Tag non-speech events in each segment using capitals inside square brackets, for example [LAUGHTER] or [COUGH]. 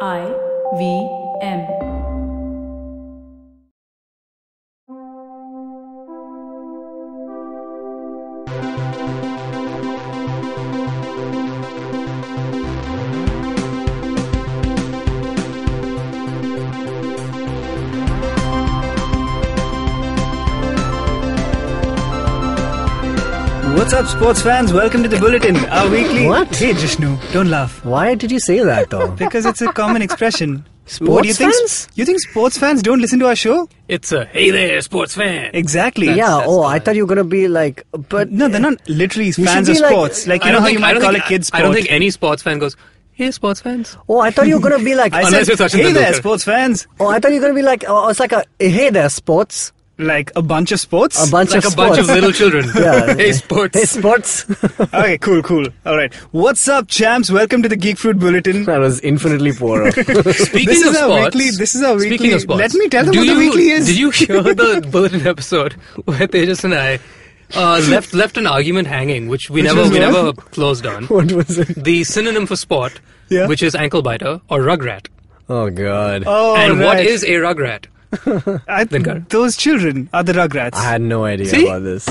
I V M. What's up, sports fans? Welcome to the Bulletin, our weekly. What? Hey, Jishnu, don't laugh. Why did you say that though? [LAUGHS] Because it's a common [LAUGHS] expression. Sports What, you think, fans? You think sports fans don't listen to our show? It's a hey there, sports fan. Exactly. yeah, that's oh, not I thought you were gonna be like, but No, they're not literally should fans of be like- sports. Like, you I know don't how think- you I might don't call think- a kid sport. I don't think any sports fan goes, hey, sports fans. oh, I thought you were gonna be like, [LAUGHS] I Unless said, you're Sachin hey there, Tendulkar." sports fans. oh, I thought you were gonna be like, oh, it's like a hey there, [LAUGHS] sports, Like a bunch of sports? a bunch Like of a bunch of sports. little [LAUGHS] children. yeah, [LAUGHS] hey, sports. hey sports. okay, cool, cool. All right. What's up, champs? Welcome to the Geek Fruit Bulletin. [LAUGHS] that was infinitely [LAUGHS] poorer. Speaking This of is our sports, weekly- this is our Speaking weekly- of sports, let me tell them do what the you, weekly is. Did you [LAUGHS] hear the bulletin episode where Tejas and I uh, left left an argument hanging, which we Which never was we what? never closed [LAUGHS] on. what was it? The synonym for sport, Yeah. which is ankle biter or rugrat. Oh God, Oh, and what right. is a rugrat? I, Thankar? those children are the Rugrats. I had no idea See? about this.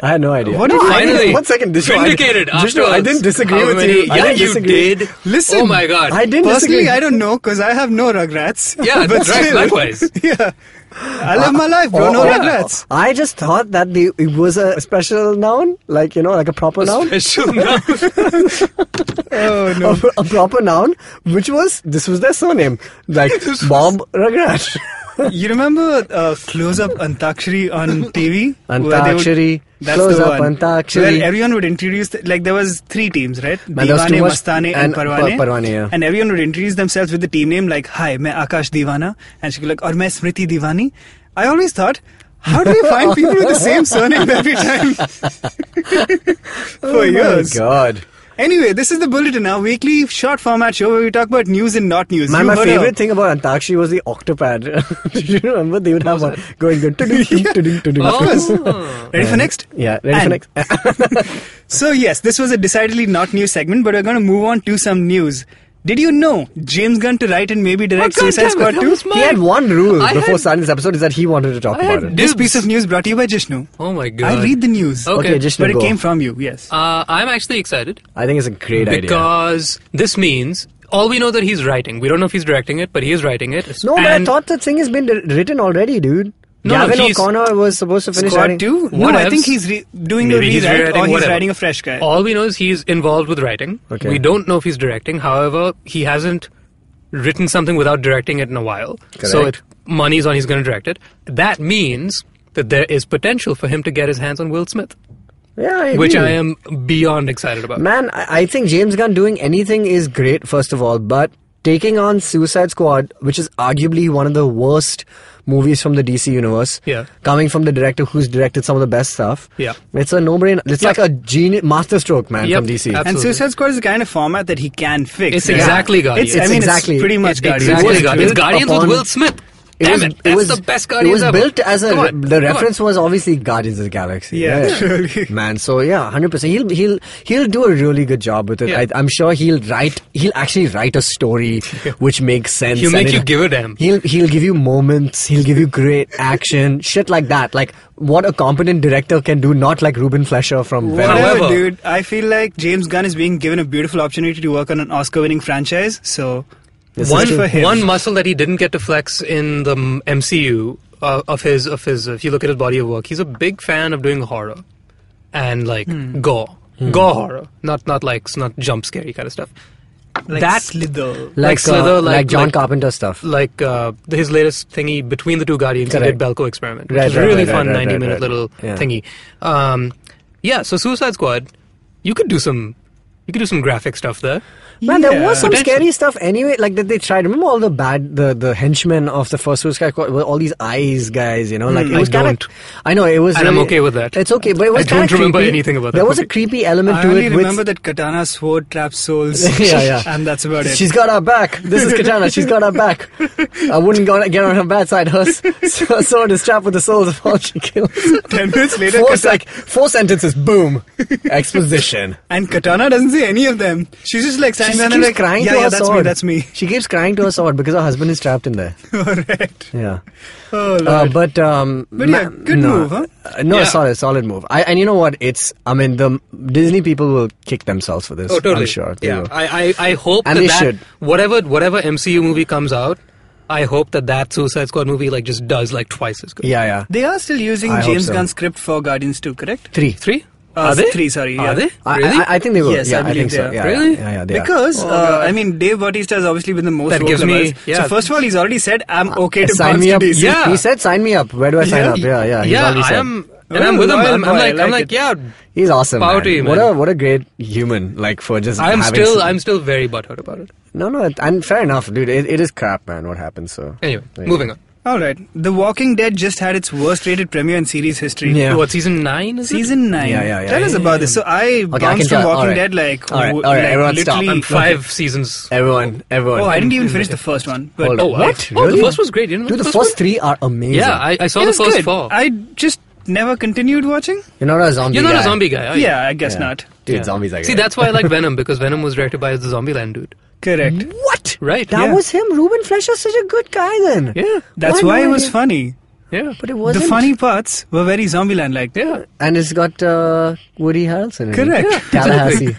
I had no idea. What did you- I didn't- Finally, one second, Dishnu, I- vindicated. Dishnu, after I didn't disagree how with many- you. I Yeah, didn't you disagree. did. Listen, oh my god, I didn't Personally, disagree. I don't know because I have no Rugrats. [LAUGHS] Yeah, but that's right, still, likewise. Yeah, I live my life, bro. Oh, no oh, Rugrats. I just thought that the it was a special noun, like you know, like a proper noun. Special noun. Oh no. [LAUGHS] a, a proper noun, which was this was their surname, [LAUGHS] like Bob Ragrat, You remember uh, Close Up Antakshari on TV? Where they would- Antakshari, That's Close the Up one. Antakshari. Where everyone would introduce, th- like there was three teams, right? Man, there was Diwane, too much- Mastane and, and Parwane. Par- Parwane, yeah. And everyone would introduce themselves with the team name like, Hi, main Akash Diwana. And she could like, Aur main Smriti Diwani. I always thought, how do we find people with [LAUGHS] the same surname every time? For [LAUGHS] years. Oh my God. Anyway, this is the Bulletin, our weekly short format show where we talk about news and not news. My, You my heard her. favorite thing about Antakshari was the octopad. [LAUGHS] Did you remember? They would have one going good. Tudum, [LAUGHS] tudum, tudum, tudum. Of course. Ready for And- next? Yeah, ready And- for next. So yes, this was a decidedly not news segment, but we're going to move on to some news. Did you know James Gunn to write and maybe Oh, direct Suicide Squad 2? he had one rule I before had- starting this episode is that he wanted to talk I about had it. di- This Dibs. piece of news brought to you by Jishnu. Oh my god. I read the news, Okay. Okay, just but it go. came from you. Yes. Uh, I'm actually excited I think it's a great idea. because this means all we know that he's writing. We don't know if he's directing it, but he is writing it. No, but I And thought that thing has been di- written already, dude. No, no, Gavin he's- O'Connor was supposed to finish Squad writing- 2? No, What I else? think he's re- doing maybe a he's rewrite rewriting or he's whatever. writing a fresh guy. All we know is he's involved with writing. Okay. We don't know if he's directing. However, he hasn't written something without directing it in a while. So Correct. it, money's on he's going to direct it. That means that there is potential for him to get his hands on Will Smith, Yeah, I which agree. I am beyond excited about. Man, I, I think James Gunn doing anything is great, first of all, but taking on Suicide Squad, which is arguably one of the worst movies from the DC universe, Yeah. coming from the director who's directed some of the best stuff, Yeah. it's a no-brainer. It's Yep. like a genius masterstroke, man, Yep, from DC. absolutely. and Suicide Squad is the kind of format that he can fix. It's right? exactly Guardians. It's, I It's mean, exactly- it's pretty much it's Guardians. Exactly, was Guardians. built Guardians with upon- Will Smith. It Damn was, it, it that's was- the best Guardians It was ever. built as a Come on, the come reference was obviously Guardians of the Galaxy. Yeah, [LAUGHS] surely. man. So yeah, hundred percent. He'll he'll he'll do a really good job with it. Yeah. I, I'm sure he'll write. He'll actually write a [LAUGHS] story which makes sense. He'll and make you give a damn. He'll he'll give you moments. He'll give you great action, [LAUGHS] shit like that. Like what a competent director can do. Not like Ruben Flesher from Venom. Whatever, However- dude. I feel like James Gunn is being given a beautiful opportunity to work on an Oscar-winning franchise. So, This is one true. for him. one muscle that he didn't get to flex in the m- MCU uh, of his of his if you look at his body of work, he's a big fan of doing horror and like Hmm. gore, gore horror, not not like s- not jump scary kind of stuff. like that Slither. like uh, Slither, like- like John like- Carpenter stuff. like uh, his latest thingy between the two guardians, he Correct. did Belko experiment, which Right, is right, really right, fun, right, right, ninety minute right, right. little Yeah. thingy. Um, yeah, so Suicide Squad, you could do some you could do some graphic stuff there. Man, there was some Potential. scary stuff anyway, like that they tried. Remember all the bad, the the henchmen of the first Suicide Squad, were all these eyes guys, you know, like Hmm, I it was kind don't. of. I know it was. And I'm really- okay with that. It's okay, but it was I don't kinda remember creepy. anything about that There was a movie. creepy element I to only it. remember with, that katana sword traps souls. [LAUGHS] yeah, [LAUGHS] yeah. And that's about it. She's got our back. This is Katana. She's got our back. I wouldn't go, get on her bad side. Her, s- [LAUGHS] her sword is trapped with the souls of all she kills. Ten minutes later, Four, Katana- like, four sentences. Boom. Exposition. and katana doesn't say any of them. She's just like She standing keeps there and like, crying yeah, to yeah, her that's sword. me, that's me. [LAUGHS] She keeps crying to her sword because her husband is trapped in there. Alright. Yeah. Oh, Lord. Uh, but um, But yeah, good no, move, huh? Uh, no, Yeah. solid, solid move. I, and you know what? It's I mean the Disney people will kick themselves for this. Oh, totally. I'm sure. they Yeah. will. I, I, I hope And that, they that should. whatever whatever MCU movie comes out, I hope that that Suicide Squad movie like just does like twice as good. yeah, yeah. they are still using I hope James so. Gunn's script for Guardians 2, correct? Three. Three? Uh, Are they three, sorry, Are yeah. they? I, really? I, I think they will. Yes, I yeah, I, believe think they so. are. Yeah, Really? Yeah, yeah, they are. Oh, Because uh, I mean, Dave Bautista has obviously been the most That gives vocal me- about it. yeah. So first of all, he's already said I'm okay to Uh, sign bounce me to up. DC. Yeah. He said, "Sign me up." Where do I sign up? Yeah, yeah. He's yeah, already I said. am, and I'm with him. Well, I'm, I'm boy, I like, like I'm like, it. yeah. He's awesome. Power man. to you, What man. a what a great human. Like for just. I'm having still, some- I'm still very butthurt about it. No, no, it- and fair enough, dude. It, it is crap, man. What happened? So Anyway, There you moving go. on. All right. The Walking Dead just had its worst rated premiere in series history. Yeah. What season nine is it? Season nine. Yeah, yeah, yeah. Tell us about this. So I I bounced can from tell. Walking Alright. Dead like, Alright, w- alright, like everyone stop. literally. I'm five seasons. Everyone, everyone. Oh, I didn't even finish the first one. But Hold on. Oh, wow. what? Oh, Really? the first was great. You know, Dude, the one- first three are amazing. Yeah, I, I saw It the was first good. four. Oh, I just never continued watching. You're not a zombie. You're not guy. a zombie guy, are you? Yeah, I guess Yeah. not. Dude, Yeah. zombies are. See, great. that's why I like Venom because Venom was directed by the [LAUGHS] Zombieland dude. Correct. Hmm? what? Right. That Yeah. was him. Ruben Fleischer's such a good guy then. Yeah. That's Why why it not? was funny. Yeah. But it wasn't. The funny parts were very Zombieland like. Yeah. And it's got uh, Woody Harrelson. in it. Correct. Tallahassee.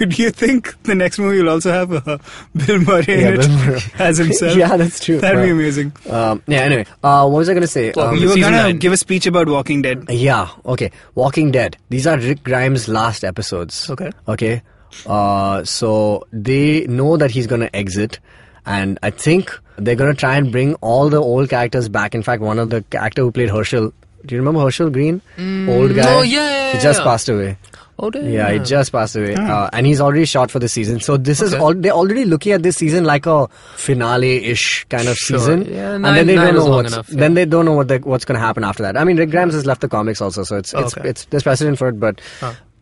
Do you think the next movie will also have uh, Bill Murray Yeah, in it Bill Murray. [LAUGHS] as [LAUGHS] [LAUGHS] himself? Yeah, that's true. That'd be Wow. amazing. Um, yeah. Anyway, uh, what was I gonna say? Well, Um, you were season gonna nine. give a speech about Walking Dead. Yeah, okay. Walking Dead. These are Rick Grimes' last episodes. Okay. Okay. Uh, so they know that he's going to exit. And I think they're going to try and bring all the old characters back. In fact, one of the actor who played Herschel. Do you remember Herschel Green? old guy. oh, yeah, yeah, He just yeah. passed away. Oh, damn. Yeah, he just passed away, uh, and he's already shot for the season. So this is Okay. all they're already looking at this season like a finale-ish kind of Sure. season, Yeah, and then nine- they nine don't is know long what's enough, then they don't know what the, what's going to happen after that. I mean, Rick Grimes has left the comics also, so it's it's, Oh, Okay. it's there's precedent for it, but.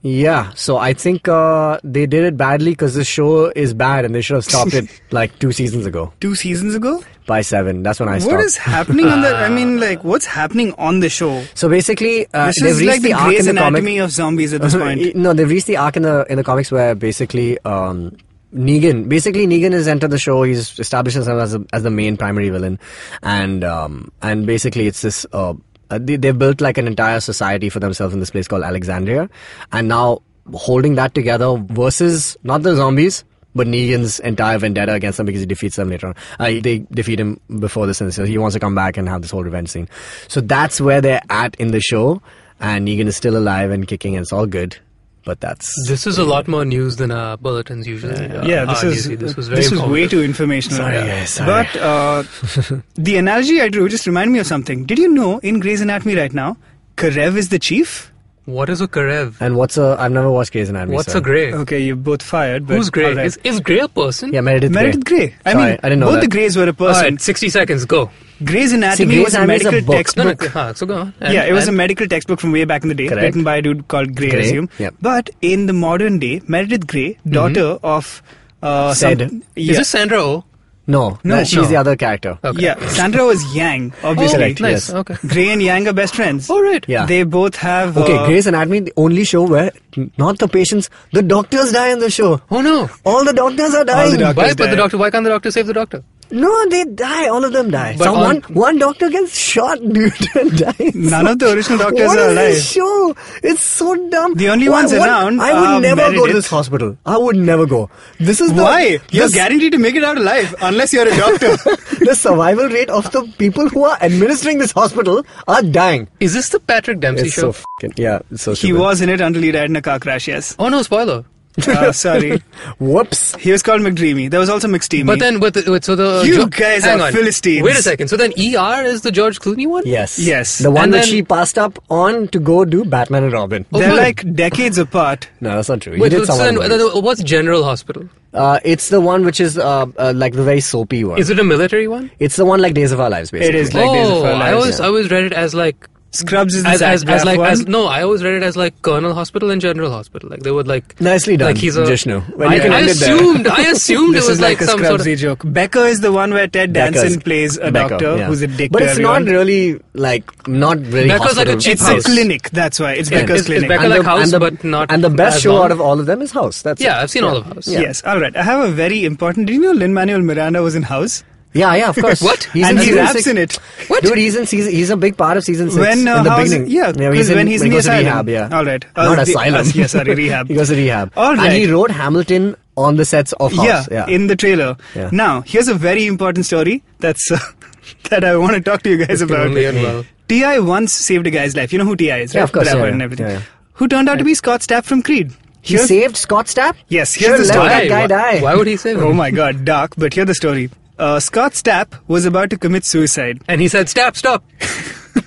Yeah, so I think uh, they did it badly because the show is bad and they should have stopped [LAUGHS] it like two seasons ago Two seasons ago? by seven. That's when I stopped. What is happening on the? [LAUGHS] I mean, like, what's happening on the show? so basically, uh, This they've is reached like the, the arc in Grey's the comic. Anatomy of zombies [LAUGHS] at this point. No, they've reached the arc in the in the comics where basically um, Negan, basically Negan has entered the show. He's established himself as the, as the main primary villain, and um, and basically it's this. Uh, uh, they, they've built like an entire society for themselves in this place called Alexandria, and now holding that together versus not the zombies. But Negan's entire vendetta against them because he defeats them later on. Uh, they defeat him before this, and so he wants to come back and have this whole revenge scene. So that's where they're at in the show, and Negan is still alive and kicking, and it's all good. But that's This is a lot more news than our bulletins usually. uh, Yeah, this are is usually. this was very way informative. too informational. Sorry, Yeah. guys, sorry. But [LAUGHS] uh, the analogy I drew just reminded me of something. Did you know in Grey's Anatomy right now, Karev is the chief? What is a Karev? and what's a I've never watched Grey's Anatomy. What's so- a Grey? Okay, you're both fired. But Who's Grey? Oh, all right. Is, is Grey a person? Yeah, Meredith. Meredith Grey. Grey. I Sorry, mean, I didn't know both that. the Greys were a All person. right, 60 seconds, go. Grey's Anatomy Grey's was a Anatomy is a medical book. No, no, textbook. huh, so go on. And- yeah, it was a and- medical textbook from way back in the day, Correct. written by a dude called Gray, Gray, I assume. yep. But in the modern day, Meredith Gray, daughter of uh, Said. some- Mm-hmm. Is yeah, this Sandra Oh? No, No, no, she's no. Uh, the other character. Okay. yeah, Sandra was Yang, Oh, obviously. nice. Correct, yes. Okay. Gray and Yang are best friends. All right. Yeah. They both have. Okay, uh, Grey's Anatomy, the only show where not the patients, the doctors die in the show. Oh, no. All the doctors are dying. doctors Why, but there. the doctor, why can't the doctor save the doctor? No, they die. All of them die. But Someone, on- one doctor gets shot, [LAUGHS] dude, and dies. None of the original doctors What are is alive. This show? It's so dumb. The only ones around I would are never go to Meredith. this hospital. I would never go. This is the, Why? You're this- guaranteed to make it out alive unless you're a doctor. [LAUGHS] the survival rate of the people who are administering this hospital are dying. Is this the Patrick Dempsey It's so show? fucking yeah. It's so he stupid. was in it until he died in a car crash, yes. oh, no, spoiler. [LAUGHS] Uh, sorry. Whoops. He was called McDreamy. There was also McSteamy. But then, but the, wait, so the You guys hang are on. Philistines. Wait a second. So then, ER is the George Clooney one? Yes. Yes. The one And that then- she passed up on to go do Batman and Robin. Oh, They're fine. like decades apart. No, that's not true. He Wait, did so someone then, else. then what's General Hospital? uh, it's the one which is uh, uh, like the very soapy one. Is it a military one? it's the one like Days of Our Lives, basically. It is like Days of Our Oh, I Lives, always I always read it as like Scrubs is the as, Zach as, as Braff like one. as no, I always read it as like Colonel Hospital and General Hospital. Like they would like Nicely done, Like he's a Jishnu. Well, I, you can I end it there. assumed I assumed it this was is like, like, a some sort Scrubsy of joke. Becker is the one where Ted Danson Becker's- plays a Becker, doctor yeah. who's a dick. But to it's everyone. not really like not really. Becker's like a hospital- cheap It's house. a clinic. That's why it's Yeah. Becker's It's- it's clinic. Becker- like House, but not and the best as show long. out of all of them is House. That's Yeah, it. I've seen all of House. Yeah. Yes. All right. I have a very important. Did you know Lin Manuel Miranda was in House? yeah, yeah, of course. [LAUGHS] What? He's and in he season raps six. in it. Dude, he's in season. He's a big part of season six. When, uh, in the how's- beginning, yeah, 'cause when he's he in the goes to asylum. rehab. Yeah, All right. Uh, not the- asylum. uh, yeah, sorry, rehab. [LAUGHS] he goes to rehab. All and right. he wrote Hamilton on the sets of Yeah, House. Yeah, in the trailer. Yeah. Now, here's a very important story that's uh, [LAUGHS] that I want to talk to you guys It's about. only end well. Ti once saved a guy's life. You know who Ti is, right? Yeah, of course, The rapper yeah, yeah. and everything. Yeah, yeah. Who turned out to be Scott Stapp from Creed. he Here's- saved Scott Stapp. Yes, Sure, here's let the story. that guy why, die. Why would he say? oh my God, dark. But here's the story. Uh, Scott Stapp was about to commit suicide. And he said, "Stop, stop."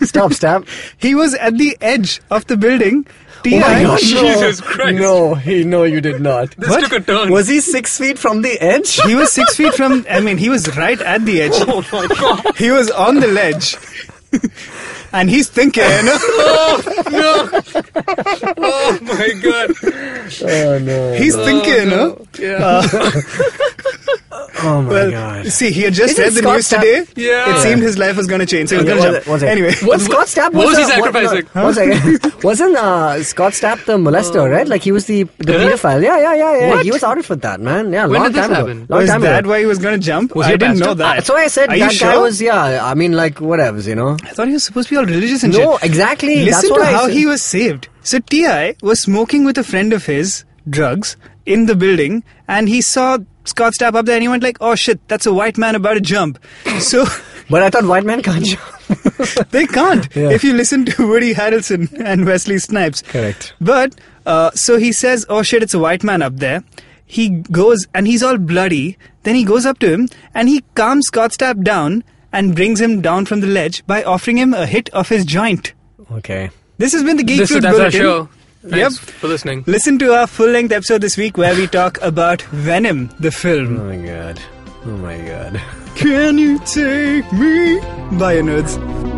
Stop, Stapp. He was at the edge of the building. Ti Oh my God, gosh, no. Jesus Christ. No, he, no, you did not. This took a turn. Was he six feet from the [LAUGHS] edge? he was six feet from. I mean, he was right at the [LAUGHS] edge. oh my god! He was on the ledge, and he's thinking. Oh my god! oh no! He's thinking, no. Yeah. oh my Well, god! see, he had just Isn't read the Scott news Stapp- today. Yeah. It seemed his life was going to change. So he was going to jump. [LAUGHS] Was it? Anyway. Well, Scott Stapp what was, was he the- what- [LAUGHS] sacrificing? no, one second. Wasn't uh, Scott Stapp the molester, right? Like he was the the Yeah. pedophile. Yeah, yeah, yeah, yeah. Oh. What? He was outed for that, man. Yeah, When long did this time ago. happen? Long [LAUGHS] was time that ago. why he was going to jump? Was he I a didn't know bastard? that. That's why I said Are that you guy sure? was yeah. I mean, like whatever, you know. I thought he was supposed to be all religious and shit. No, exactly. Listen That's what to I how said. he was saved. So Ti was smoking with a friend of his drugs in the building, and he saw Scott Stapp up there, and he went like, "Oh shit, that's a white man about to jump." So [LAUGHS] But I thought white man can't [LAUGHS] jump. [LAUGHS] they [LAUGHS] can't. Yeah. If you listen to [LAUGHS] Woody Harrelson and Wesley Snipes, Correct. But uh, so he says, "Oh shit, it's a white man up there." He goes and he's all bloody. Then he goes up to him and he calms Scott Stapp down and brings him down from the ledge by offering him a hit of his joint. Okay. This has been the Geek This Fruit that's our Bulletin. show. Thanks Yep. for listening. Listen to our full-length episode this week where we talk about Venom, the film. Oh my god. Oh my god. Can you take me? Bye, you nerds.